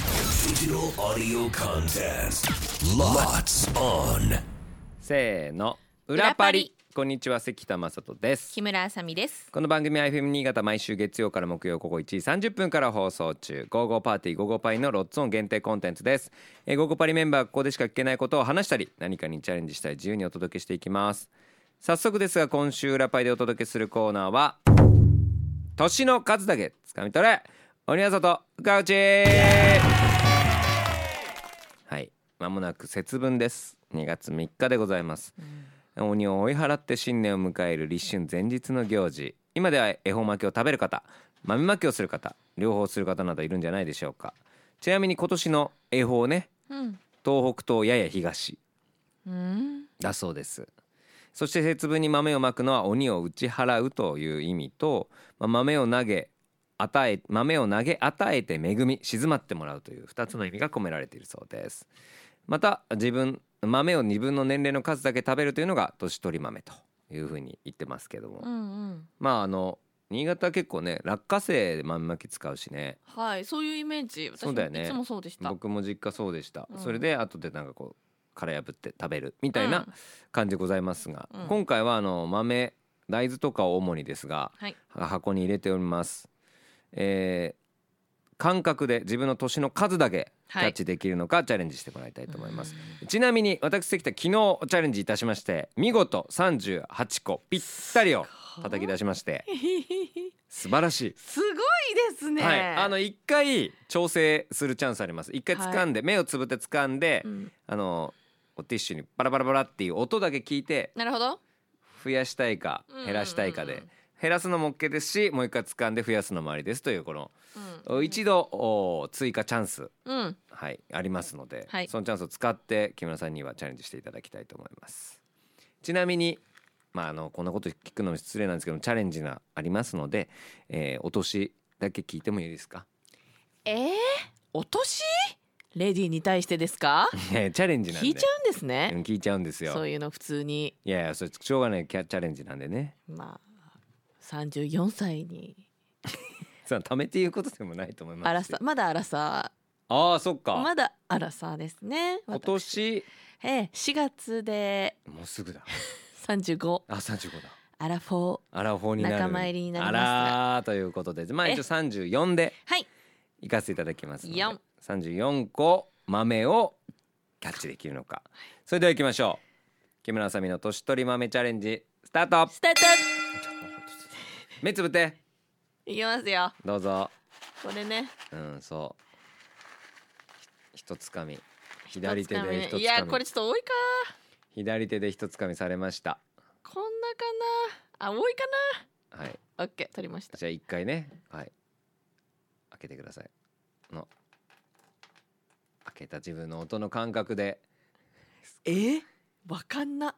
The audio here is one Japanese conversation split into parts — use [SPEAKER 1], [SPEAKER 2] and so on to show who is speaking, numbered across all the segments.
[SPEAKER 1] Digital audio contest. Lots on.
[SPEAKER 2] せーの裏
[SPEAKER 3] 裏
[SPEAKER 2] パ
[SPEAKER 3] パ
[SPEAKER 2] リ
[SPEAKER 3] リ
[SPEAKER 2] こんにちは関田正人です
[SPEAKER 3] 木村あさみです。
[SPEAKER 2] この番組 iFM 新潟毎週月曜から木曜午後1時30分から放送中「ゴーゴーパーティーゴーゴーパイ」のロッツオン限定コンテンツですえーゴーゴーパリメンバーはここでしか聞けないことを話したり何かにチャレンジしたり自由にお届けしていきます早速ですが今週裏パイでお届けするコーナーは「年の数だけつかみ取れ鬼は外ガウチ」はいまもなく節分です2月3日でございます、鬼を追い払って新年を迎える立春前日の行事今では恵方巻きを食べる方豆巻きをする方両方する方などいるんじゃないでしょうかちなみに今年の恵方ね
[SPEAKER 3] うん。
[SPEAKER 2] 東北東やや東
[SPEAKER 3] うん。
[SPEAKER 2] だそうですそして節分に豆をまくのは鬼を打ち払うという意味と、まあ豆を投げ与え豆を投げ与えて恵み静まってもらうという2つの意味が込められているそうですまた自分豆を2分の年齢の数だけ食べるというのが年取り豆というふうに言ってますけども、
[SPEAKER 3] うんうん。
[SPEAKER 2] まああの新潟結構ね落花生豆巻き使うしね
[SPEAKER 3] はい、そういうイメージ。私
[SPEAKER 2] そうだよね
[SPEAKER 3] もいつもそうでした。
[SPEAKER 2] 僕も実家そうでした、
[SPEAKER 3] うん
[SPEAKER 2] それで後でなんかこう殻破って食べるみたいな
[SPEAKER 3] うん
[SPEAKER 2] 感じでございますが、
[SPEAKER 3] うん
[SPEAKER 2] 今回はあの豆大豆とかを主にですが
[SPEAKER 3] はい。
[SPEAKER 2] 箱に入れております、えー感覚で自分の年の数だけキ
[SPEAKER 3] はい
[SPEAKER 2] ャッチできるのかチャレンジしてもらいたいと思います、ちなみに私関田昨日チャレンジいたしまして見事38個ぴったりを叩き出しまして素晴らしい
[SPEAKER 3] すごいですね。
[SPEAKER 2] はい、あの一回調整するチャンスあります一回掴んで、目をつぶって掴んで、
[SPEAKER 3] うん
[SPEAKER 2] あのおティッシュにバラバラバラっていう音だけ聞いて
[SPEAKER 3] なるほど。
[SPEAKER 2] 増やしたいか減らしたいかで、
[SPEAKER 3] うんうんうん
[SPEAKER 2] 減らすのも OK ですしもう一回掴んで増やすのもありですというこの
[SPEAKER 3] うん。
[SPEAKER 2] 一度お追加チャンス、
[SPEAKER 3] うん。
[SPEAKER 2] はい、ありますので、
[SPEAKER 3] はい
[SPEAKER 2] そのチャンスを使って木村さんにはチャレンジしていただきたいと思いますちなみにまああのこんなこと聞くのも失礼なんですけどチャレンジがありますので、えー、お年だけ聞いてもいいですか
[SPEAKER 3] ええー。お年。レディーに対してですか。
[SPEAKER 2] いやいやチャレンジなんで
[SPEAKER 3] 聞いちゃうんです
[SPEAKER 2] うん
[SPEAKER 3] ね。
[SPEAKER 2] 聞いちゃうんですよ
[SPEAKER 3] そういうの普通に。
[SPEAKER 2] いやいやそれしょうがないキャチャレンジなんでね
[SPEAKER 3] まあ。三十四歳に。
[SPEAKER 2] さあためていうことでもないと思います
[SPEAKER 3] あら
[SPEAKER 2] し
[SPEAKER 3] さ、まだあらさ。
[SPEAKER 2] ああそっか、
[SPEAKER 3] まだあらさですね。
[SPEAKER 2] 今年
[SPEAKER 3] 私。ええ、四月で。
[SPEAKER 2] もうすぐだ
[SPEAKER 3] 三十五。
[SPEAKER 2] あ三十五だ
[SPEAKER 3] アラフォー。
[SPEAKER 2] アラフォーになる
[SPEAKER 3] 仲間入りになります
[SPEAKER 2] あらーということでまあ
[SPEAKER 3] え
[SPEAKER 2] 一応三十四で
[SPEAKER 3] はい。
[SPEAKER 2] 行かせていただきますので
[SPEAKER 3] 四
[SPEAKER 2] 三十四個豆をキャッチできるのかそれでは行きましょう木村あさみの年取り豆チャレンジスタート
[SPEAKER 3] スター
[SPEAKER 2] 目つぶって
[SPEAKER 3] ト。いきますよ。
[SPEAKER 2] どうぞ
[SPEAKER 3] これね。
[SPEAKER 2] うんそうひ一つかみ左手で一つかみ
[SPEAKER 3] いやこれちょっと多いか
[SPEAKER 2] 左手で一つかみされました
[SPEAKER 3] こんなかなあ多いか
[SPEAKER 2] はい
[SPEAKER 3] なオッケー取りました
[SPEAKER 2] じゃあ一回ねはい開けてくださいの開けた自分の音の感覚で
[SPEAKER 3] えー、わかんな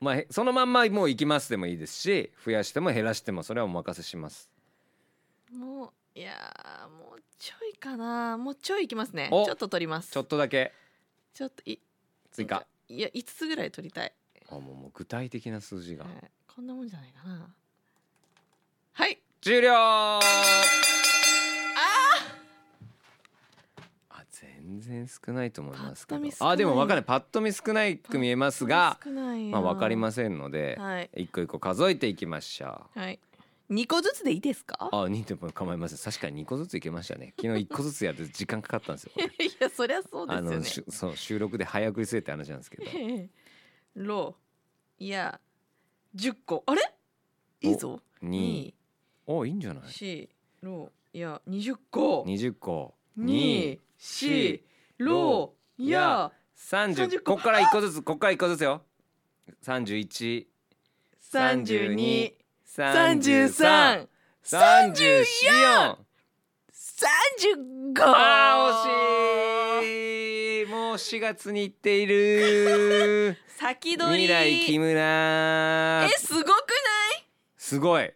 [SPEAKER 2] まあへそのまんまもう行きますでもいいですし増やしても減らしてもそれはお任せします
[SPEAKER 3] もういやーもうちょいかなもうちょいいきますねち
[SPEAKER 2] お
[SPEAKER 3] ょっと取ります
[SPEAKER 2] ちょっとだけ
[SPEAKER 3] ちょっとい
[SPEAKER 2] 追加
[SPEAKER 3] いや5つぐらい取りたい、
[SPEAKER 2] あもうもう具体的な数字が
[SPEAKER 3] はいこんなもんじゃないかなはい
[SPEAKER 2] 終了あ全然少ないと思いますけ
[SPEAKER 3] パ
[SPEAKER 2] ど
[SPEAKER 3] ッと見少ない
[SPEAKER 2] あでもわかんないパッと見少ないく見えますが
[SPEAKER 3] 少ない
[SPEAKER 2] まあわかり
[SPEAKER 3] ま
[SPEAKER 2] ませんので、
[SPEAKER 3] はい
[SPEAKER 2] 一個一個数えていきましょ
[SPEAKER 3] すはい2個ずつでいいですか
[SPEAKER 2] う。あ、二点も構いません。確かに二個ずついけましたね。昨日一個ずつやって時間かかったん ですよ。
[SPEAKER 3] いやそりゃそうで
[SPEAKER 2] あ
[SPEAKER 3] すよ
[SPEAKER 2] の
[SPEAKER 3] ね
[SPEAKER 2] しゅそう収録で早送りするって話なんですけど。
[SPEAKER 3] ローいや10個あれいいぞ
[SPEAKER 2] 二、おいいんじゃない？
[SPEAKER 3] 四ローいや20個
[SPEAKER 2] 二十個。
[SPEAKER 3] 二四ローい
[SPEAKER 2] や
[SPEAKER 3] や
[SPEAKER 2] 三十。
[SPEAKER 3] 30
[SPEAKER 2] こ
[SPEAKER 3] 個
[SPEAKER 2] こから一個ずつ。ここから一個ずつよ。三十一。
[SPEAKER 3] 三十二
[SPEAKER 2] 三
[SPEAKER 3] 三
[SPEAKER 2] 十
[SPEAKER 3] 十
[SPEAKER 2] 三。
[SPEAKER 3] 三
[SPEAKER 2] 三十四。
[SPEAKER 3] 三十五
[SPEAKER 2] あー
[SPEAKER 3] い
[SPEAKER 2] 惜しい。もう四月に行ってい る。
[SPEAKER 3] 先取り
[SPEAKER 2] 未来木村
[SPEAKER 3] え。すごく
[SPEAKER 2] すごい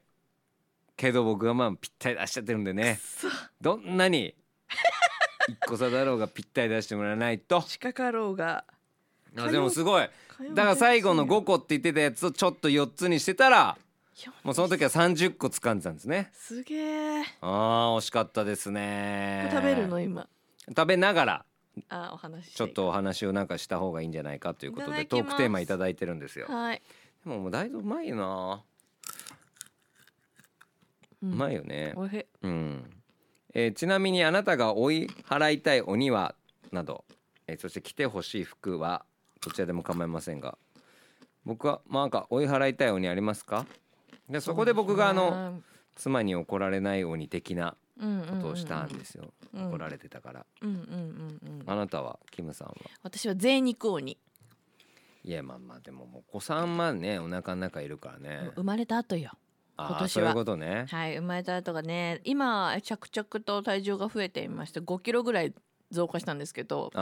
[SPEAKER 2] けど僕はまあぴったり出しちゃってるんで
[SPEAKER 3] ない
[SPEAKER 2] ね
[SPEAKER 3] くそ
[SPEAKER 2] どんなに一個差だろうがぴったり出してもらわないと
[SPEAKER 3] 近かろうが
[SPEAKER 2] あでもすごいだから最後の5
[SPEAKER 3] 個
[SPEAKER 2] 個って言ってたやつをちょっと4つにしてたらもうその時は30個掴んでたんですね
[SPEAKER 3] すげえ。
[SPEAKER 2] あー惜しかったです
[SPEAKER 3] こ
[SPEAKER 2] ね
[SPEAKER 3] れ食べるの今。
[SPEAKER 2] 食べながら
[SPEAKER 3] あお話しして
[SPEAKER 2] ちょっ。とお話をなんかした方がいいんじゃないかということで
[SPEAKER 3] いただき
[SPEAKER 2] ト
[SPEAKER 3] ます
[SPEAKER 2] ークテーマいただいてるんですよ
[SPEAKER 3] はい。
[SPEAKER 2] でももうだいぶうまいよなう
[SPEAKER 3] う
[SPEAKER 2] ま
[SPEAKER 3] い。
[SPEAKER 2] いよね
[SPEAKER 3] おいしい。
[SPEAKER 2] うん、えーちなみにあなたが追い払いたい鬼はなど、えーそして着てほしい服はどちらでも構いませんが僕はまあなんか追い払いたい鬼ありますかでそこで僕があの妻に怒られない鬼的なこ
[SPEAKER 3] こと
[SPEAKER 2] をしたんですよ、
[SPEAKER 3] うん
[SPEAKER 2] 怒られてたから、
[SPEAKER 3] うんうんうんうん。
[SPEAKER 2] あなたはキムさんは
[SPEAKER 3] 私は贅肉王に
[SPEAKER 2] いやまあまあでももうお子さんはねお腹の中いるからね、
[SPEAKER 3] 生まれた後よ。
[SPEAKER 2] あ
[SPEAKER 3] 今
[SPEAKER 2] あ
[SPEAKER 3] 年
[SPEAKER 2] そういう
[SPEAKER 3] は
[SPEAKER 2] ことね
[SPEAKER 3] はい、生まれた後がね、今着々と体重が増えていまして、5キロぐらい増加したんですけど。
[SPEAKER 2] あ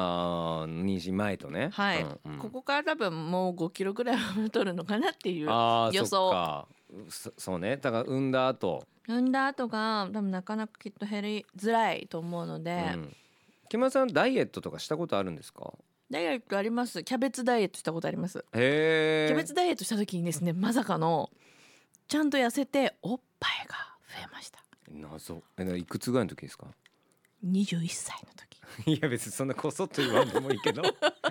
[SPEAKER 2] あ妊娠前とね
[SPEAKER 3] はい、
[SPEAKER 2] うんうん
[SPEAKER 3] ここから多分もう5キロぐらいは太るのかなっていう
[SPEAKER 2] あー
[SPEAKER 3] 予
[SPEAKER 2] そっ
[SPEAKER 3] 想
[SPEAKER 2] かそそうねだから産んだ後、
[SPEAKER 3] 産んだ後が多分なかなかきっと減りづらいと思うので、
[SPEAKER 2] うん、木村さんダイエットとかしたことあるんですか
[SPEAKER 3] ダイエットありますキャベツダイエットしたことあります
[SPEAKER 2] へえ
[SPEAKER 3] キャベツダイエットした時にですねまさかのちゃんと痩せておっぱいが増えました
[SPEAKER 2] 謎えないくつぐらいの時ですか
[SPEAKER 3] 21歳の時
[SPEAKER 2] いや別にそんなこそっと言わんでもいいけど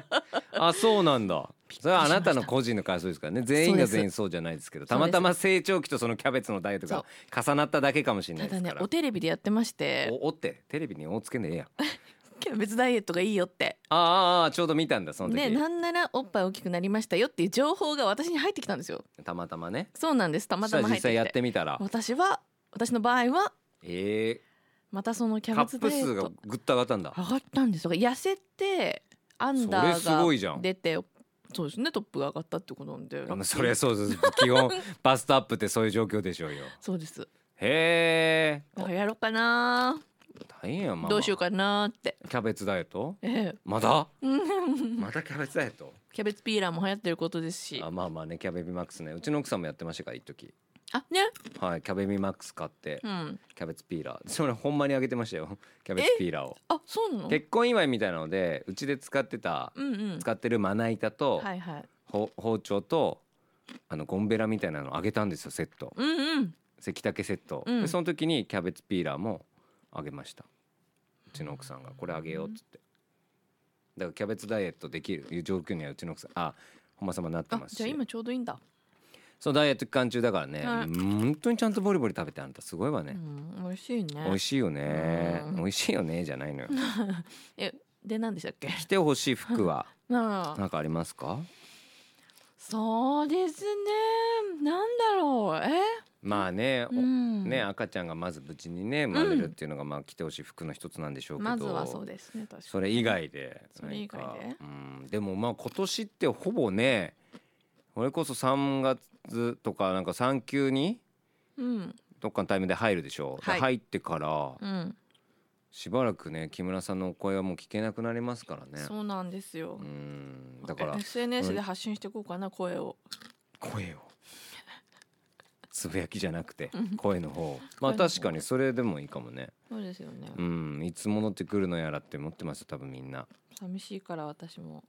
[SPEAKER 2] あそうなんだそれはあなたの個人の感想ですからね全員が全員そうじゃないですけどたまたま成長期とそのキャベツのダイエットが重なっただけかもしれな
[SPEAKER 3] た
[SPEAKER 2] いで
[SPEAKER 3] だ
[SPEAKER 2] す
[SPEAKER 3] ね
[SPEAKER 2] から
[SPEAKER 3] おテレビでやってまして
[SPEAKER 2] おおってテレビに「お」つけね えやん
[SPEAKER 3] キャベツダイエットがいいよって
[SPEAKER 2] ああああちょうど見たんだその時、
[SPEAKER 3] ねなんならおっぱい大きくなりましたよっていう情報が私に入ってきたんですよ
[SPEAKER 2] たまたまね
[SPEAKER 3] そうなんですたまたま
[SPEAKER 2] そ
[SPEAKER 3] 入
[SPEAKER 2] し
[SPEAKER 3] った
[SPEAKER 2] ら実際
[SPEAKER 3] て
[SPEAKER 2] や
[SPEAKER 3] き
[SPEAKER 2] っててみたら
[SPEAKER 3] 私は私の場合は
[SPEAKER 2] え
[SPEAKER 3] またそのキ
[SPEAKER 2] え
[SPEAKER 3] ャ
[SPEAKER 2] カ
[SPEAKER 3] ベツ
[SPEAKER 2] ッ
[SPEAKER 3] ダ
[SPEAKER 2] プ
[SPEAKER 3] イエ
[SPEAKER 2] 数
[SPEAKER 3] ッ
[SPEAKER 2] が
[SPEAKER 3] ト
[SPEAKER 2] ぐっと上がったんだ
[SPEAKER 3] 上がったんですだから痩せてアンダ
[SPEAKER 2] それすごい
[SPEAKER 3] ー
[SPEAKER 2] じゃ
[SPEAKER 3] が
[SPEAKER 2] ん
[SPEAKER 3] 出てそうですねトップが上がったってことなん で
[SPEAKER 2] あのそりゃそうです基 本バストアップってそういう状況でしょうよ
[SPEAKER 3] そうです
[SPEAKER 2] へえ
[SPEAKER 3] だからやろうかな
[SPEAKER 2] 大変やまあ
[SPEAKER 3] どうしようかなって、
[SPEAKER 2] キャベツダイエット
[SPEAKER 3] ええ
[SPEAKER 2] まだまだキャベツダイエット
[SPEAKER 3] キャベツピーラーも流行ってることですし
[SPEAKER 2] あまあまあねキャベビマックスねうちの奥さんもやってましたから一時
[SPEAKER 3] あね
[SPEAKER 2] はいキャベビマックス買って
[SPEAKER 3] うん
[SPEAKER 2] キャベツピーラー それほんまにあげてましたよキャベツピーラーを
[SPEAKER 3] あそうなの
[SPEAKER 2] 結婚祝いみたいなのでうちで使ってた
[SPEAKER 3] うんうん
[SPEAKER 2] 使ってるまな板と、
[SPEAKER 3] はいはい
[SPEAKER 2] ほ包丁とあのゴンベラみたいなのあげたんですよセット
[SPEAKER 3] うんうん
[SPEAKER 2] 関竹セット、
[SPEAKER 3] うん
[SPEAKER 2] でその時にキャベツピーラーもあげましたうちの奥さんがこれあげようっつってだからキャベツダイエットできるいう状況にはうちの奥さんあ本間様なって
[SPEAKER 3] あ
[SPEAKER 2] ます
[SPEAKER 3] じゃあ
[SPEAKER 2] し
[SPEAKER 3] 今ちょうどいいんだ
[SPEAKER 2] そのダイエット期間中だからね、
[SPEAKER 3] はい
[SPEAKER 2] 本当にちゃんとボリボリ食べてあんたすごいわ
[SPEAKER 3] う
[SPEAKER 2] ね、
[SPEAKER 3] ん美味しい
[SPEAKER 2] 美
[SPEAKER 3] ね
[SPEAKER 2] 味しいよね、
[SPEAKER 3] うん
[SPEAKER 2] 美味しいよねじゃないのよ
[SPEAKER 3] えで何でしたっけ
[SPEAKER 2] 着てほしい服 は
[SPEAKER 3] なあ
[SPEAKER 2] 何かありますか
[SPEAKER 3] そうですねなんだろうえ
[SPEAKER 2] まあね、お
[SPEAKER 3] うん
[SPEAKER 2] ね赤ちゃんがまず無事にね生まれるっていうのがまあ着てほしい服の一つなんでしょうけど、
[SPEAKER 3] まずはそうですね確かに
[SPEAKER 2] それ以外で
[SPEAKER 3] それ以外で
[SPEAKER 2] 何かうん、でもまあ今年ってほぼね俺こそ3月とかなんか産休に
[SPEAKER 3] うん
[SPEAKER 2] どっかのタイミングで入るでしょ、で
[SPEAKER 3] はい
[SPEAKER 2] 入ってから
[SPEAKER 3] うん
[SPEAKER 2] しばらくね木村さんのお声はもう聞けなくなりますからね
[SPEAKER 3] そうなんですよ
[SPEAKER 2] う。んだから
[SPEAKER 3] SNS で発信していこうかな声を。
[SPEAKER 2] 声をつぶやきじゃなくて
[SPEAKER 3] ん
[SPEAKER 2] 声の 方まあ
[SPEAKER 3] 声の方
[SPEAKER 2] 確かにそれでもいいかもね
[SPEAKER 3] そうですよね。
[SPEAKER 2] うんいつ戻ってくるのやらって思ってますよ多分みんな
[SPEAKER 3] 寂しいから私も。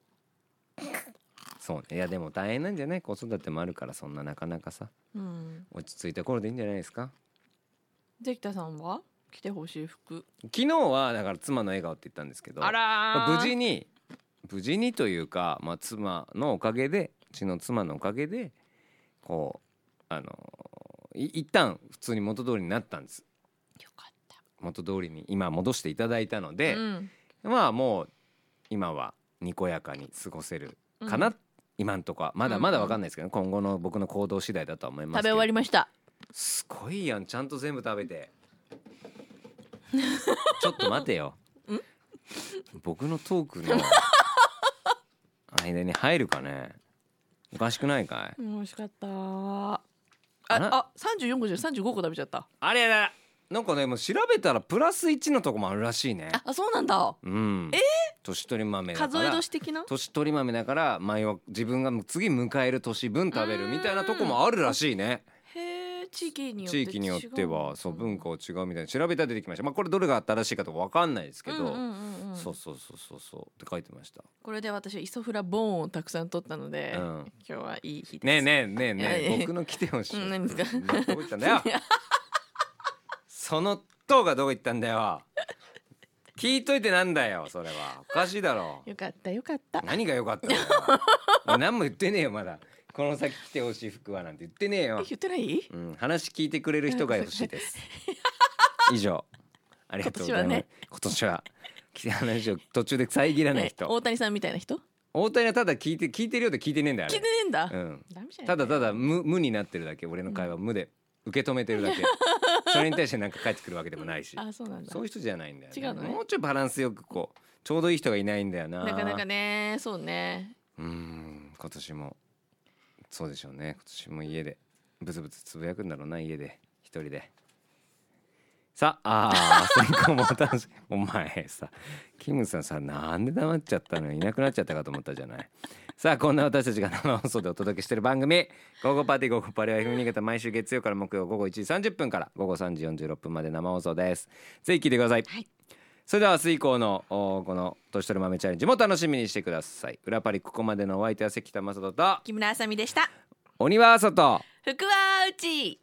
[SPEAKER 2] そうねいやでも大変なんじゃない子育てもあるからそんななかなかさ
[SPEAKER 3] うん。
[SPEAKER 2] 落ち着いた頃でいいんじゃないですか
[SPEAKER 3] 関田さんは着てほしい服。
[SPEAKER 2] 昨日はだから妻の笑顔って言ったんですけど
[SPEAKER 3] あら
[SPEAKER 2] ま
[SPEAKER 3] ー。
[SPEAKER 2] あ無事に無事にというか、まあ、妻のおかげでうちの妻のおかげでこうあのい一旦普通に元通りになったんです
[SPEAKER 3] よかっ
[SPEAKER 2] 元通りに今戻していただいたの
[SPEAKER 3] た。
[SPEAKER 2] で、
[SPEAKER 3] うん。
[SPEAKER 2] まあもう今はにこやかに過ごせるかな、
[SPEAKER 3] うん
[SPEAKER 2] 今んとこはまだまだ分かんないですけど、ね今後の僕の行動次第だとは思います
[SPEAKER 3] 食
[SPEAKER 2] け
[SPEAKER 3] べ
[SPEAKER 2] ど
[SPEAKER 3] 終わりました。
[SPEAKER 2] すごいやんちゃんと全部食べ てちょっと待てよ僕のトークの間に入るかねおかしくないかい
[SPEAKER 3] うん美味しかったー。あ
[SPEAKER 2] あら
[SPEAKER 3] あ三十四個じゃ三十五個食べちゃった。
[SPEAKER 2] あれやだなんかねもう調べたらプラス1のとこもあるらしいね
[SPEAKER 3] ああそうなんだ。
[SPEAKER 2] うん年取り豆だから
[SPEAKER 3] 数え年的な。
[SPEAKER 2] 年取り豆だから前は自分が次迎える年分食べるみたいなとこもあるらしいね
[SPEAKER 3] へえ地域によって
[SPEAKER 2] 地域によってはそう文化は違うみたいな調べたら出てきましたまあこれどれが新しいかとか分かんないですけど、
[SPEAKER 3] けど。うんうんうんうんうん
[SPEAKER 2] そうそうそうそうそうって書いてました
[SPEAKER 3] これで私はイソフラボーンをたくさん取ったので、
[SPEAKER 2] うん
[SPEAKER 3] 今日はいい日です
[SPEAKER 2] ねえねえねえね
[SPEAKER 3] いやい
[SPEAKER 2] え
[SPEAKER 3] や
[SPEAKER 2] 僕の来てほしい
[SPEAKER 3] うん何ですか
[SPEAKER 2] どこ行ったんだよその塔がどこ行ったんだよ聞いといてなんだよそれはおかしいだろ
[SPEAKER 3] よかったよかった
[SPEAKER 2] 何が良かったんだよ俺何も言ってねえよまだこの先来てほしい服はなんて言ってねえよ、
[SPEAKER 3] 言ってない
[SPEAKER 2] うん、話聞いてくれる人が欲しいです 以上ありがとうございます今年は,、
[SPEAKER 3] 今年はね
[SPEAKER 2] 今年はき話を途中で遮らない
[SPEAKER 3] ね大
[SPEAKER 2] 人
[SPEAKER 3] 谷さんみたいな人聞
[SPEAKER 2] 大谷はただ聞いて聞いてるようで聞いてねえんだよあ
[SPEAKER 3] い
[SPEAKER 2] れ
[SPEAKER 3] てねえんだ、
[SPEAKER 2] うん
[SPEAKER 3] ダメじゃん
[SPEAKER 2] ただただ無無になってるだけ俺の会話無で受け止めてる だけそれに対してなんか返ってくるわけでもないし
[SPEAKER 3] あそうなんだ
[SPEAKER 2] そういう人じゃないんだよ、ね、
[SPEAKER 3] 違うのね
[SPEAKER 2] もうちょいバランスよくこうちょうどいい人がいないんだよな
[SPEAKER 3] なかなかねそうね
[SPEAKER 2] うーん今年もそうでしょうね今年も家でブツブツつぶやくんだろうな家で一人でさああー先行も楽しい お前さキムさんさなんで黙っちゃったのいなくなっちゃったかと思ったじゃないさあこんな私たちが生放送でお届けしている番組「午後パーティー午後パレは FM 新潟」毎週月曜から木曜午後1時30分から午後3時46分まで生放送ですぜひ聞いてください、
[SPEAKER 3] はい
[SPEAKER 2] それでは明日以降のおーこの「年取る豆チャレンジ」も楽しみにしてください裏パリここまでのお相手は関田正人と
[SPEAKER 3] 木村あさみでした
[SPEAKER 2] 鬼は外
[SPEAKER 3] 福はうち